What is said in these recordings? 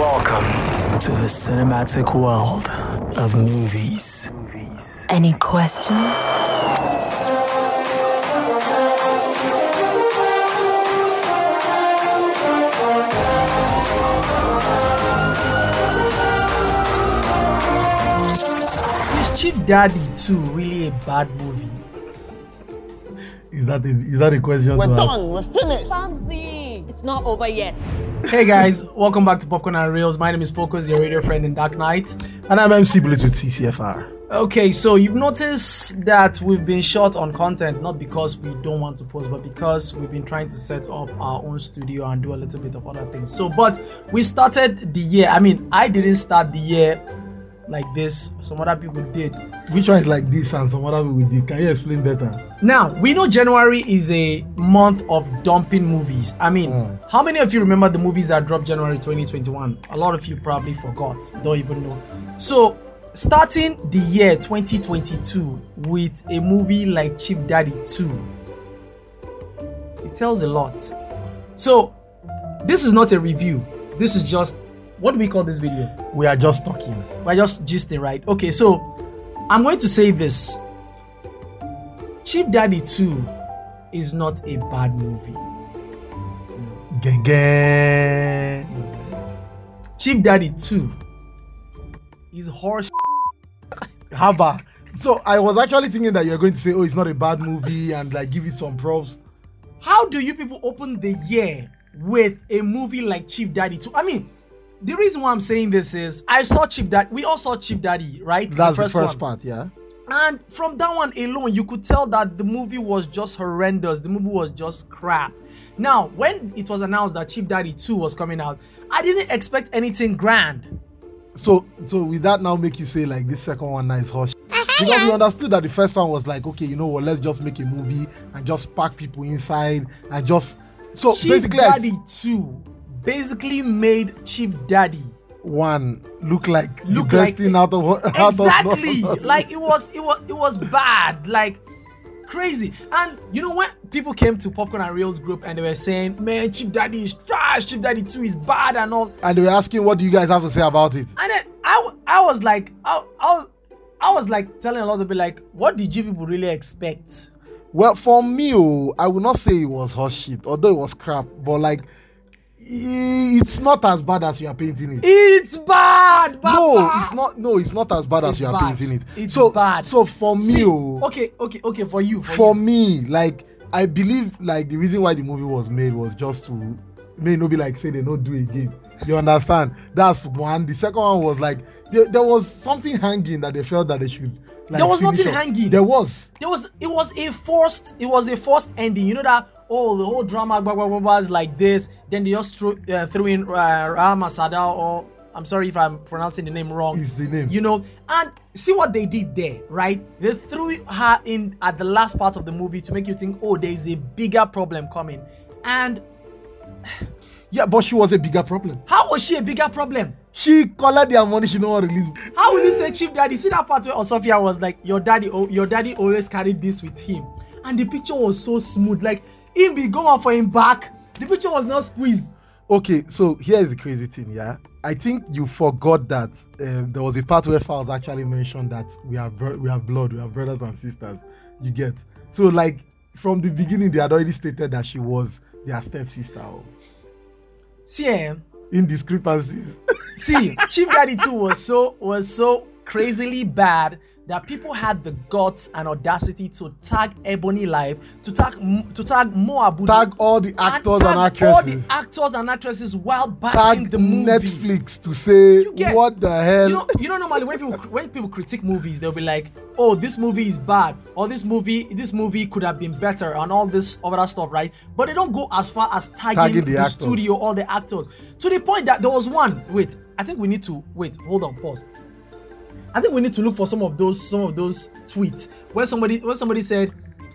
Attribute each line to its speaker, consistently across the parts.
Speaker 1: Welcome to the cinematic world of movies.
Speaker 2: Any questions?
Speaker 3: Is Chief Daddy 2 really a bad movie?
Speaker 4: Is that a, is that a question
Speaker 5: We're
Speaker 4: to ask?
Speaker 5: done. We're finished.
Speaker 6: Ramsey, it's not over yet.
Speaker 3: Hey guys, welcome back to Popcorn and Reels. My name is Focus, your radio friend in Dark Knight.
Speaker 4: And I'm MC Bullet with CCFR.
Speaker 3: Okay, so you've noticed that we've been short on content, not because we don't want to post, but because we've been trying to set up our own studio and do a little bit of other things. So, but we started the year. I mean, I didn't start the year like this, some other people did.
Speaker 4: Which one is like this and some other people did? Can you explain better?
Speaker 3: Now, we know January is a month of dumping movies. I mean, how many of you remember the movies that dropped January 2021? A lot of you probably forgot, don't even know. So, starting the year 2022 with a movie like Cheap Daddy 2, it tells a lot. So, this is not a review. This is just what do we call this video?
Speaker 4: We are just talking.
Speaker 3: We're just gisting, right? Okay, so I'm going to say this Chief Daddy 2 is not a bad movie.
Speaker 4: Gang, gang.
Speaker 3: Chief Daddy 2 is horse.
Speaker 4: Haba. So I was actually thinking that you're going to say, oh, it's not a bad movie and like give it some props.
Speaker 3: How do you people open the year with a movie like Chief Daddy 2? I mean, the reason why I'm saying this is I saw Chief Daddy, we all saw Chief Daddy, right?
Speaker 4: That's the first,
Speaker 3: one.
Speaker 4: part, yeah.
Speaker 3: And from that one alone, you could tell that the movie was just horrendous. The movie was just crap. Now, when it was announced that Chief Daddy 2 was coming out, I didn't expect anything grand.
Speaker 4: So so will that now make you say like this second one now is hush? Because we understood that the first one was like, okay, you know what, let's just make a movie and just pack people inside and just so
Speaker 3: Chief
Speaker 4: basically I f-
Speaker 3: Daddy 2 basically made Chief Daddy.
Speaker 4: one look like
Speaker 3: Look
Speaker 4: the
Speaker 3: like-
Speaker 4: best thing out of out of-
Speaker 3: Exactly. like it was it was it was bad. Like crazy. And you know when people came to Popcorn and Reels group and they were saying, "Man, Chief Daddy is trash. Chief Daddy 2 is bad and all."
Speaker 4: and they were asking what do you guys have to say about it
Speaker 3: And then I, w- I was like, I, I was, I was like telling a lot of people, like, what did you people really expect?
Speaker 4: well for me oh, i would not say it was hot shit although it was crap but like i- it's not as bad as you are painting it
Speaker 3: It's bad, Papa.
Speaker 4: no it's not no it's not as bad as
Speaker 3: It's
Speaker 4: you are
Speaker 3: bad.
Speaker 4: painting it
Speaker 3: It's
Speaker 4: so
Speaker 3: bad.
Speaker 4: so for me
Speaker 3: See,
Speaker 4: oh,
Speaker 3: okay, okay, okay, for you, for,
Speaker 4: for
Speaker 3: you.
Speaker 4: me like i believe like the reason why the movie was made was just to may not be like say they don't do again you understand that's one the second one was like there, there was something hanging that they felt that they should like,
Speaker 3: There was
Speaker 4: finish
Speaker 3: nothing
Speaker 4: up.
Speaker 3: hanging.
Speaker 4: there was
Speaker 3: there was, it was a forced, it was a forced ending. You know that, oh, the whole drama, blah, blah, blah, blah, is like this. Then they just threw, uh, threw in uh, Rama Sadao, or I'm sorry if I'm pronouncing the name wrong.
Speaker 4: is the name
Speaker 3: you know and see what they did there right they threw her in at the last part of the movie to make you think oh there's a bigger problem coming and
Speaker 4: Yeah, but she was a bigger problem.
Speaker 3: how was she a bigger problem
Speaker 4: She collected their money, she don't want to release.
Speaker 3: how will you say chief daddy see that part where osofia was like your daddy oh your daddy always carried this with him and the picture was so smooth like him be going for him back the picture was not squeezed
Speaker 4: Okay, so here is the crazy thing, yeah. I think you forgot that um, there was a part where Fowls actually mentioned that we are bro- we are blood, we are brothers and sisters. You get so like from the beginning they had already stated that she was their stepsister. oh.
Speaker 3: see eh,
Speaker 4: Indiscrepancies.
Speaker 3: see chief daddy 2 was so was so crazily bad that people had the guts and audacity to tag ebony live to tag M- to tag moabu
Speaker 4: Tag all the actors and,
Speaker 3: all the
Speaker 4: actresses.
Speaker 3: actors and actresses while bashing
Speaker 4: Tag
Speaker 3: the movie
Speaker 4: Netflix to say
Speaker 3: get-
Speaker 4: what the hell.
Speaker 3: you know, you know normally when people when people critique movies they'll be like oh this movie is bad or this movie this movie could have been better and all this other stuff right but they don't go as far as tagging,
Speaker 4: Tagging
Speaker 3: the,
Speaker 4: the actors.
Speaker 3: studio or the actors to the point that there was one wait i think we need to wait hold on pause i think we need to look for some of those some of those tweets where somebody where somebody said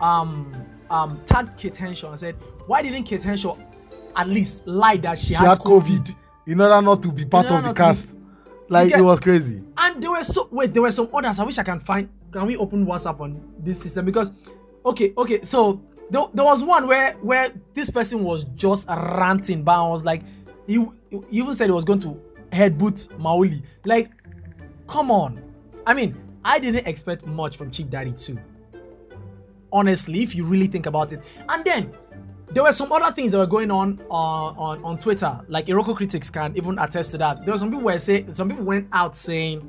Speaker 3: um um tagged kate henshaw and said why didn't kate henshaw at least lie that she,
Speaker 4: she had COVID in order not to be part
Speaker 3: order
Speaker 4: of the
Speaker 3: not to be-
Speaker 4: cast. Like
Speaker 3: get-
Speaker 4: it was crazy.
Speaker 3: and there were so wait there were some others i wish i can find can we open whatsapp on this system because okay okay so there, there was one where where this person was just ranting but i was like he, he even said he was going to headbutt Maoli. Like, come on. I mean, I didn't expect much from Chief Daddy too. Honestly, if you really think about it. And then there were some other things that were going on uh, on on Twitter. Like Iroko critics can even attest to that. There were some people were say some people went out saying,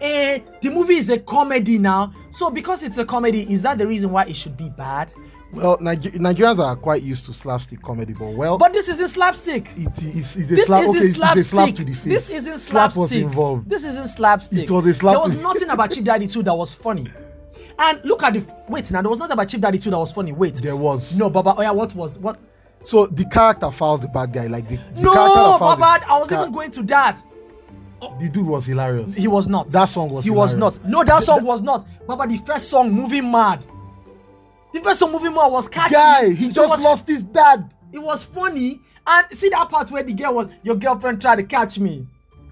Speaker 3: "Eh, the movie is a comedy now. So because it's a comedy, is that the reason why it should be bad?"
Speaker 4: Well, Niger- Nigerians are quite used to slapstick comedy, but well,
Speaker 3: But this is a slapstick.
Speaker 4: it is, is a
Speaker 3: This
Speaker 4: slap.
Speaker 3: isn't
Speaker 4: okay, it's
Speaker 3: slapstick.
Speaker 4: a slap to the face.
Speaker 3: This isn't
Speaker 4: Slap
Speaker 3: slapstick.
Speaker 4: was involved.
Speaker 3: This isn't slapstick.
Speaker 4: It was a slap-
Speaker 3: There was nothing about Chief Daddy 2 that was funny. And look at the f- wait now. There was nothing about Chief Daddy 2 that was funny. Wait,
Speaker 4: There was.
Speaker 3: no Baba. Oh yeah, what was what?
Speaker 4: So the character fouls the bad guy. Like the, the
Speaker 3: no
Speaker 4: character that fouls
Speaker 3: Baba.
Speaker 4: the,
Speaker 3: I was
Speaker 4: char-
Speaker 3: even going to that.
Speaker 4: The dude was hilarious.
Speaker 3: He was not.
Speaker 4: That song was
Speaker 3: He was
Speaker 4: hilarious.
Speaker 3: not. No, that song was not. Baba, the first song, Moving Mad. The first song, Moving Mad, was catchy.
Speaker 4: guy. He
Speaker 3: It
Speaker 4: just
Speaker 3: was-
Speaker 4: lost his dad.
Speaker 3: It was funny. And see that part where the girl was, your girlfriend tried to catch me.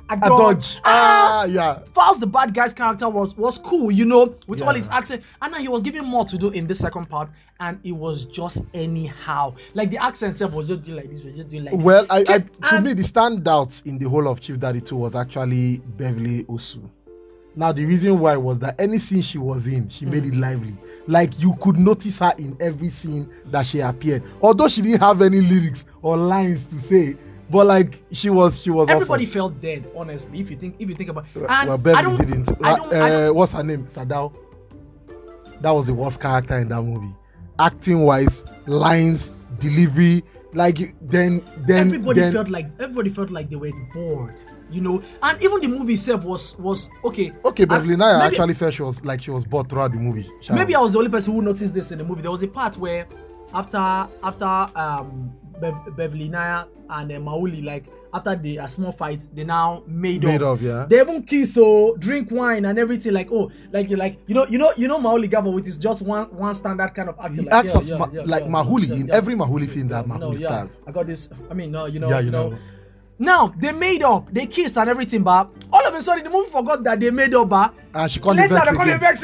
Speaker 3: I
Speaker 4: A dodge.
Speaker 3: Ah!
Speaker 4: Ah, yeah.
Speaker 3: Fouls the bad guy's character was was cool, you know, with all
Speaker 4: Yeah.
Speaker 3: his accent. And now he was given more to do in this second part, and it was just anyhow. Like the accent itself was just doing like this, was just doing like this.
Speaker 4: Well, I, I
Speaker 3: Get-
Speaker 4: to
Speaker 3: and-
Speaker 4: me the standout in the whole of Chief Daddy 2 was actually Beverly Osu. Now the reason why was that any scene she was in, she
Speaker 3: Hmm.
Speaker 4: made it lively. Like you could notice her in every scene that she appeared, although she didn't have any lyrics or lines to say. But like she was, she was.
Speaker 3: everybody
Speaker 4: awesome.
Speaker 3: felt dead, honestly. If you think if you think about
Speaker 4: Well,
Speaker 3: and
Speaker 4: well,
Speaker 3: I
Speaker 4: Beverly
Speaker 3: don't,
Speaker 4: didn't.
Speaker 3: I don't,
Speaker 4: uh,
Speaker 3: I don't
Speaker 4: what's her name? Sadao. That was the worst character in that movie. Acting wise, lines, delivery, like then then
Speaker 3: everybody
Speaker 4: then,
Speaker 3: felt like everybody felt like they were bored you know and even the movie itself was was okay
Speaker 4: Okay,
Speaker 3: I-
Speaker 4: Beverly Naya
Speaker 3: maybe,
Speaker 4: actually felt she was like she was bored throughout the movie. Sha.
Speaker 3: maybe i was the only person who noticed this in the movie there was a part where after after um Bev- beverly Naya and uh, mauli like after the a small fight they now made,
Speaker 4: Made
Speaker 3: up
Speaker 4: up, yeah.
Speaker 3: they even kiss so drink wine and everything like oh like you like you know you know you know mauli gabo with is just one one standard kind of acting
Speaker 4: He
Speaker 3: like,
Speaker 4: acts
Speaker 3: yeah,
Speaker 4: as
Speaker 3: yeah,
Speaker 4: Ma-
Speaker 3: yeah,
Speaker 4: like
Speaker 3: yeah,
Speaker 4: Mahuli
Speaker 3: yeah,
Speaker 4: in
Speaker 3: yeah.
Speaker 4: every Mahuli film that
Speaker 3: You know,
Speaker 4: Mahuli
Speaker 3: yeah,
Speaker 4: stars.
Speaker 3: I got this. I mean, no, you know,
Speaker 4: Yeah,
Speaker 3: you,
Speaker 4: you
Speaker 3: know.
Speaker 4: know.
Speaker 3: Now they made up, they kissed and everything, but all of a sudden the movie forgot that they made up, but
Speaker 4: And she can't
Speaker 3: later
Speaker 4: vex
Speaker 3: they
Speaker 4: again.
Speaker 3: can't vex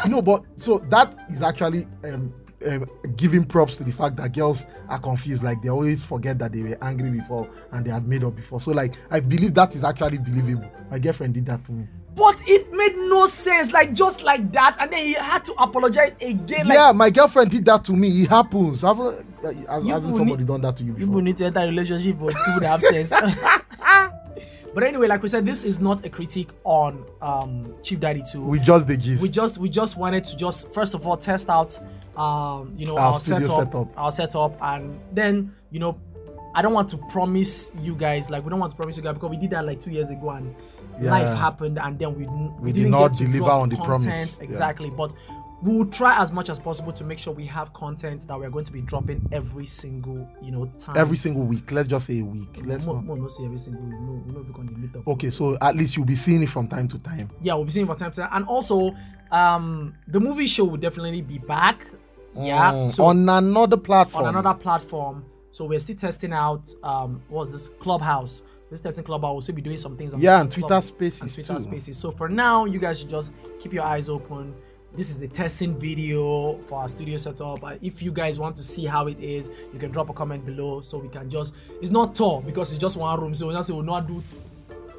Speaker 3: again.
Speaker 4: no, but so that is actually um, um, giving props to the fact that girls are confused. Like they always forget that they were angry before and they had made up before. So like I believe that is actually believable. My girlfriend did that to me.
Speaker 3: but it made no sense, like just like that, and then he had to apologize again. Like,
Speaker 4: yeah, my girlfriend did that to me. It happens. Have, uh, has,
Speaker 3: You
Speaker 4: hasn't
Speaker 3: will
Speaker 4: somebody
Speaker 3: need-
Speaker 4: done that to you
Speaker 3: people
Speaker 4: before?
Speaker 3: need to enter a relationship with people that have sense. but anyway, like we said, this is not a critique on um Chief Daddy 2.
Speaker 4: We just the gist.
Speaker 3: we just we just wanted to just first of all test out um you know
Speaker 4: Our
Speaker 3: our,
Speaker 4: studio
Speaker 3: setup,
Speaker 4: setup.
Speaker 3: our setup and then you know i don't want to promise you guys like we don't want to promise you guys because we did that like two years ago and
Speaker 4: Yeah.
Speaker 3: life happened and then we n- we,
Speaker 4: We did
Speaker 3: didn't
Speaker 4: not
Speaker 3: get to
Speaker 4: deliver
Speaker 3: drop
Speaker 4: on the
Speaker 3: content.
Speaker 4: promise. Yeah.
Speaker 3: exactly but we will try as much as possible to make sure we have content that we're going to be dropping every single you know time
Speaker 4: every single week. Let's just say a week. Let's
Speaker 3: Mo-
Speaker 4: not.
Speaker 3: mo- no say every single week. no we no be on the meetup
Speaker 4: Okay, so at least you'll be seeing it from time to time.
Speaker 3: yeah, we'll be seeing from time to time. And also, um, the movie show will definitely be back. Yeah,
Speaker 4: Mm,
Speaker 3: so on,
Speaker 4: on another platform.
Speaker 3: another platform. So we're still testing out um, what's this Clubhouse. We're still testing Clubhouse. We'll still be doing some things. on
Speaker 4: Yeah, and
Speaker 3: Club-
Speaker 4: Twitter
Speaker 3: and
Speaker 4: Spaces
Speaker 3: Twitter
Speaker 4: too.
Speaker 3: Spaces. So for now, you guys should just keep your eyes open. This is a testing video for our studio setup. Uh, If you guys want to see how it is, you can drop a comment below so we can just. It's not tall because it's just one room, so we just we'll not do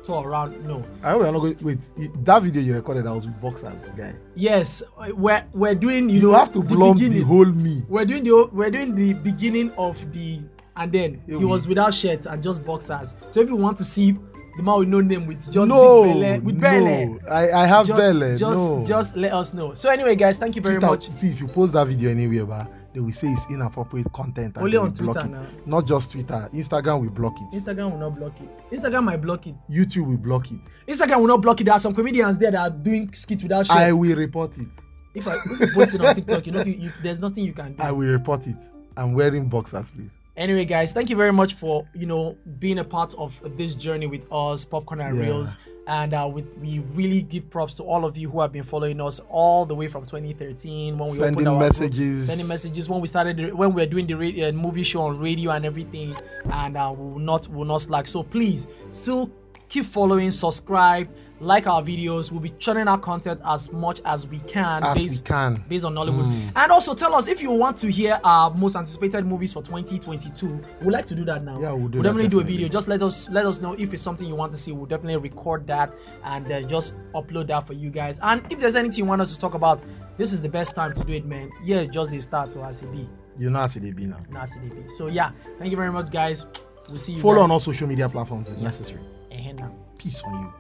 Speaker 3: tour around. No,
Speaker 4: I hope you're not going. Wait, you- that video you recorded, I was with boxers, guy.
Speaker 3: Yes, we're we're doing you,
Speaker 4: You
Speaker 3: know
Speaker 4: have to
Speaker 3: the
Speaker 4: blum the
Speaker 3: beginning.
Speaker 4: whole me.
Speaker 3: we're doing the whole- we're doing the beginning of the and then
Speaker 4: It'll
Speaker 3: he was
Speaker 4: be-
Speaker 3: without shirt and just boxers. So if you want to see the man with no name with just
Speaker 4: no,
Speaker 3: big belle, with
Speaker 4: no.
Speaker 3: belle,
Speaker 4: I, I have
Speaker 3: just
Speaker 4: belle.
Speaker 3: just
Speaker 4: no.
Speaker 3: just let us know. So anyway, guys, thank you very
Speaker 4: Twitter-
Speaker 3: much.
Speaker 4: See, if you post that video anywhere, bah, they will say it's inappropriate content. and
Speaker 3: Only
Speaker 4: they
Speaker 3: on
Speaker 4: will block
Speaker 3: Twitter
Speaker 4: it.
Speaker 3: now.
Speaker 4: Not just Twitter. Instagram will block it.
Speaker 3: Instagram will not block it. Instagram might block it.
Speaker 4: YouTube will block it.
Speaker 3: Instagram will not block it. There are some comedians there that are doing skit without shirt.
Speaker 4: I will report it.
Speaker 3: if I if you post it on TikTok, you know you, you, there's nothing you can do.
Speaker 4: I will report it. I'm wearing boxers, please.
Speaker 3: anyway guys thank you very much for you know being a part of this journey with us popcorn and
Speaker 4: Yeah.
Speaker 3: reels and uh, we, we really give props to all of you who have been following us all the way from 2013 when we
Speaker 4: Sending
Speaker 3: opened our group,
Speaker 4: messages.
Speaker 3: sending messages when we started the- when we were doing the radio, uh, movie show on radio and everything and uh, we will not will not slack so please still keep following subscribe like our videos. We'll be churning out content as much as we can.
Speaker 4: As we
Speaker 3: based,
Speaker 4: can.
Speaker 3: Based on Nollywood.
Speaker 4: Hmm.
Speaker 3: And also tell us if you want to hear our most anticipated movies for 2022. We'd like to do that now.
Speaker 4: Yeah, we'll do that,
Speaker 3: definitely do a
Speaker 4: definitely.
Speaker 3: video. Just let us let us know if it's something you want to see. We'll definitely record that and then just upload that for you guys. And if there's anything you want us to talk about, this is the best time to do it, man. Yeah, just the start to RCB.
Speaker 4: You know how to be now.
Speaker 3: Now CDP. So yeah, thank you very much, guys. We'll see you.
Speaker 4: Follow
Speaker 3: guys.
Speaker 4: on all social media platforms is necessary.
Speaker 3: Eh, now.
Speaker 4: Peace on you.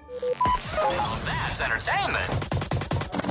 Speaker 5: That's entertainment.